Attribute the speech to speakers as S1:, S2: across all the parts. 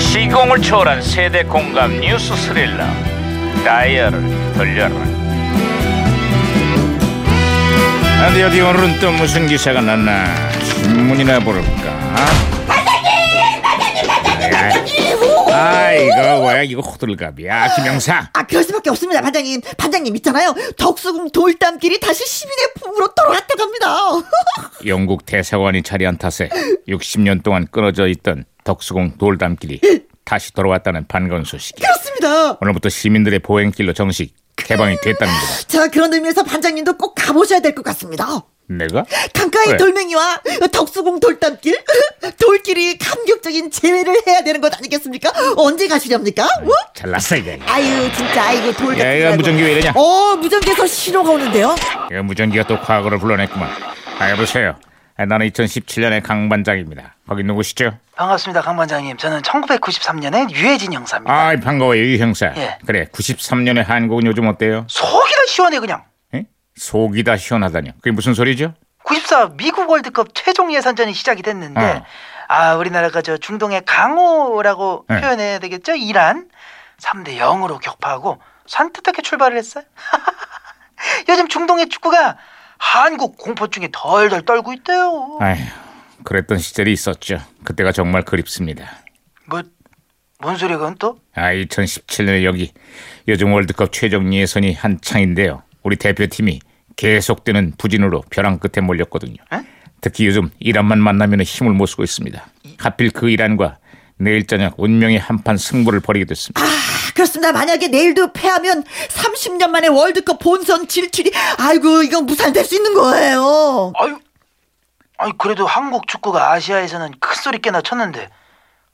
S1: 상상력을 초월한 세대 공감 뉴스 스릴러 다이얼을 돌려라 어디 어디 오늘은 또 무슨 기사가 났나 신문이나 볼까 반장님 반장님 반장님 아 이거 뭐야 이거 호들갑이야 김영사
S2: 아, 그럴 수밖에 없습니다, 반장님. 반장님 있잖아요. 덕수궁 돌담길이 다시 시민의 품으로 돌아왔다갑니다.
S1: 영국 대사관이 자리한 탓에 60년 동안 끊어져 있던 덕수궁 돌담길이 다시 돌아왔다는 반가운 소식이
S2: 그렇습니다.
S1: 오늘부터 시민들의 보행길로 정식 개방이 됐답니다.
S2: 자, 그런 의미에서 반장님도 꼭 가보셔야 될 것 같습니다.
S1: 내가?
S2: 강가의
S1: 왜?
S2: 돌멩이와 덕수궁 돌담길, 돌길이 감격적인 재회를 해야 되는 것 아니겠습니까? 언제 가시렵니까? 어?
S1: 잘났어 이거.
S2: 아유, 진짜 아이고 돌.
S1: 야, 이거
S2: 같은 거라고.
S1: 무전기 왜 이러냐?
S2: 어, 무전기에서 신호가 오는데요.
S1: 이거 무전기가 또 과거를 불러냈구만. 아 여보세요. 아, 나는 2017년의 강 반장입니다. 거기 누구시죠?
S3: 반갑습니다, 강 반장님. 저는 1993년에 유해진 형사입니다.
S1: 아 반가워요 이 형사.
S3: 예.
S1: 그래 93년의 한국은 요즘 어때요?
S3: 속이 다 시원해 그냥.
S1: 에? 속이 다 시원하다뇨. 그게 무슨 소리죠?
S3: 94 미국 월드컵 최종 예선전이 시작이 됐는데
S1: 어.
S3: 아 우리나라가 저 중동의 강호라고
S1: 네.
S3: 표현해야 되겠죠? 이란 3대 0으로 격파하고 산뜻하게 출발을 했어요. 요즘 중동의 축구가 한국 공포증에 덜덜 떨고 있대요.
S1: 아휴 그랬던 시절이 있었죠. 그때가 정말 그립습니다.
S3: 뭐, 뭐뭔 소리야 그건 또?
S1: 아 2017년에 여기 요즘 월드컵 최종 예선이 한창인데요. 우리 대표팀이 계속되는 부진으로 벼랑 끝에 몰렸거든요.
S3: 에?
S1: 특히 요즘 이란만 만나면 힘을 못 쓰고 있습니다. 하필 그 이란과 내일 저녁 운명의 한판 승부를 벌이게 됐습니다.
S2: 아, 그렇습니다. 만약에 내일도 패하면 30년 만에 월드컵 본선 질출이 아이고 이건 무산될 수 있는 거예요.
S3: 아유, 아니 그래도 한국 축구가 아시아에서는 큰 소리 깨나 쳤는데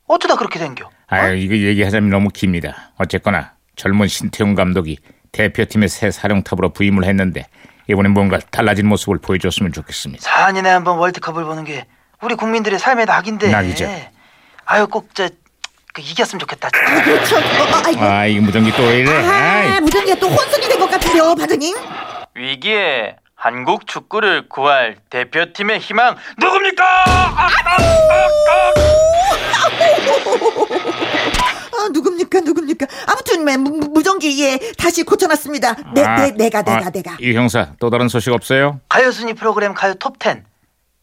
S3: 어쩌다 그렇게 된겨?
S1: 아유 이거 얘기하자면 너무 깁니다. 어쨌거나 젊은 신태용 감독이 대표팀의 새 사령탑으로 부임을 했는데 이번엔 뭔가 달라진 모습을 보여줬으면 좋겠습니다.
S3: 4년에 한 번 월드컵을 보는 게 우리 국민들의 삶의 낙인데.
S1: 낙이죠.
S3: 아유 꼭저 그 이겼으면 좋겠다.
S2: 아, 그렇죠. 어, 어, 아이고.
S1: 아 이거 무전기 또 왜 이래? 아이.
S2: 아, 무전기가 또 혼선이 된 것 같은데요, 반장님.
S4: 위기에 한국 축구를 구할 대표팀의 희망 누굽니까? 아, 아,
S2: 아, 누굽니까, 누굽니까. 아무튼 뭐, 무, 무전기 예 다시 고쳐놨습니다. 내,
S1: 아,
S2: 내, 내가, 내가,
S1: 아,
S2: 내가.
S1: 이 형사 또 다른 소식 없어요?
S3: 가요 순위 프로그램 가요 톱10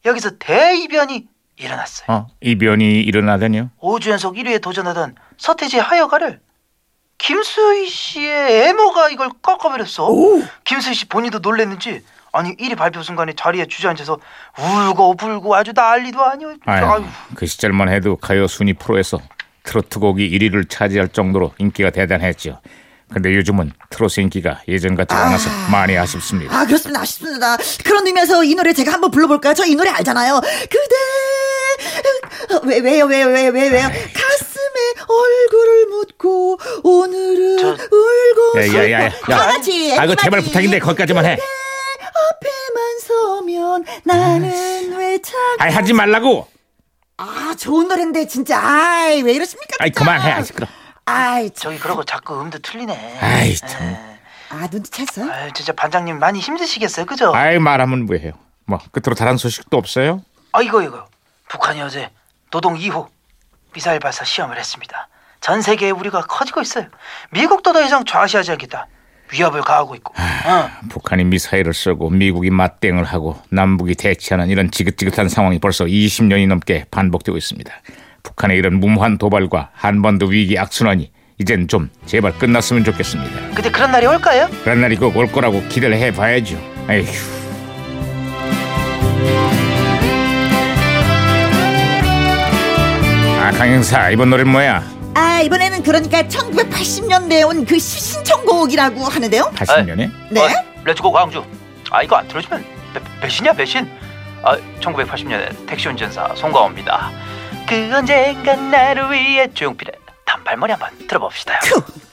S3: 여기서 대이변이 일어났어요.
S1: 어, 이변이 일어나다니요?
S3: 5주 연속 1위에 도전하던 서태지의 하여가를 김수희 씨의 애모가 이걸 꺾어버렸어. 김수희 씨 본인도 놀랬는지 아니 1위 발표 순간에 자리에 주저앉아서 울고 불고 아주 난리도 아니요.
S1: 아유, 그 시절만 해도 가요 순위 프로에서 트로트곡이 1위를 차지할 정도로 인기가 대단했죠. 근데 요즘은 트로트 인기가 예전 같지 않아서 많이 아쉽습니다.
S2: 아, 그렇습니다. 아쉽습니다. 그런 의미에서 이 노래 제가 한번 불러볼까요? 저 이 노래 알잖아요. 그대. 어, 왜, 왜요, 왜요, 왜요, 왜요, 왜요? 가슴에 얼굴을 묻고, 오늘은
S3: 저-
S2: 울고.
S1: 야, 야, 야, 야.
S2: 다 같이.
S1: 아이고 제발
S2: 애기마디.
S1: 부탁인데 거기까지만 해.
S2: 앞에만 서면 나는 왜 자꾸
S1: 아이 하지 말라고.
S2: 아 좋은 노래인데 진짜 아이 왜 이러십니까
S1: 아이
S2: 진짜.
S1: 그만해. 아이 시끄러.
S2: 아이 참.
S3: 저기 그러고 자꾸 음도 틀리네. 예.
S1: 아이 참.
S2: 아 눈치챘어요?
S3: 아유, 진짜 반장님 많이 힘드시겠어요, 그죠?
S1: 아이 말하면 뭐해요? 뭐 끝으로 다른 소식도 없어요?
S3: 아 이거 이거 북한이 어제 노동 2호 미사일 발사 시험을 했습니다. 전 세계에 우리가 커지고 있어요. 미국도 더 이상 좌시하지 않겠다. 위협을 가하고 있고. 어.
S1: 북한이 미사일을 쏘고 미국이 맞대응을 하고 남북이 대치하는 이런 지긋지긋한 상황이 벌써 20년이 넘게 반복되고 있습니다. 북한의 이런 무모한 도발과 한반도 위기 악순환이 이젠 좀 제발 끝났으면 좋겠습니다.
S3: 근데 그런 날이 올까요?
S1: 그런 날이 꼭 올 거라고 기대를 해봐야죠. 에휴. 아 강영사 이번 노래는 뭐야?
S2: 아 이번에는 그러니까 1980년대에 온 그 시신청곡이라고 하는데요
S1: 80년에?
S2: 네?
S4: 아, 렛츠고 광주. 아 이거 안 틀어주면 배, 배신이야 배신. 아 1980년에 택시 운전사 송강호입니다. 그 언젠간 나를 위해 조용필의 단발머리 한번 들어봅시다.
S2: 그,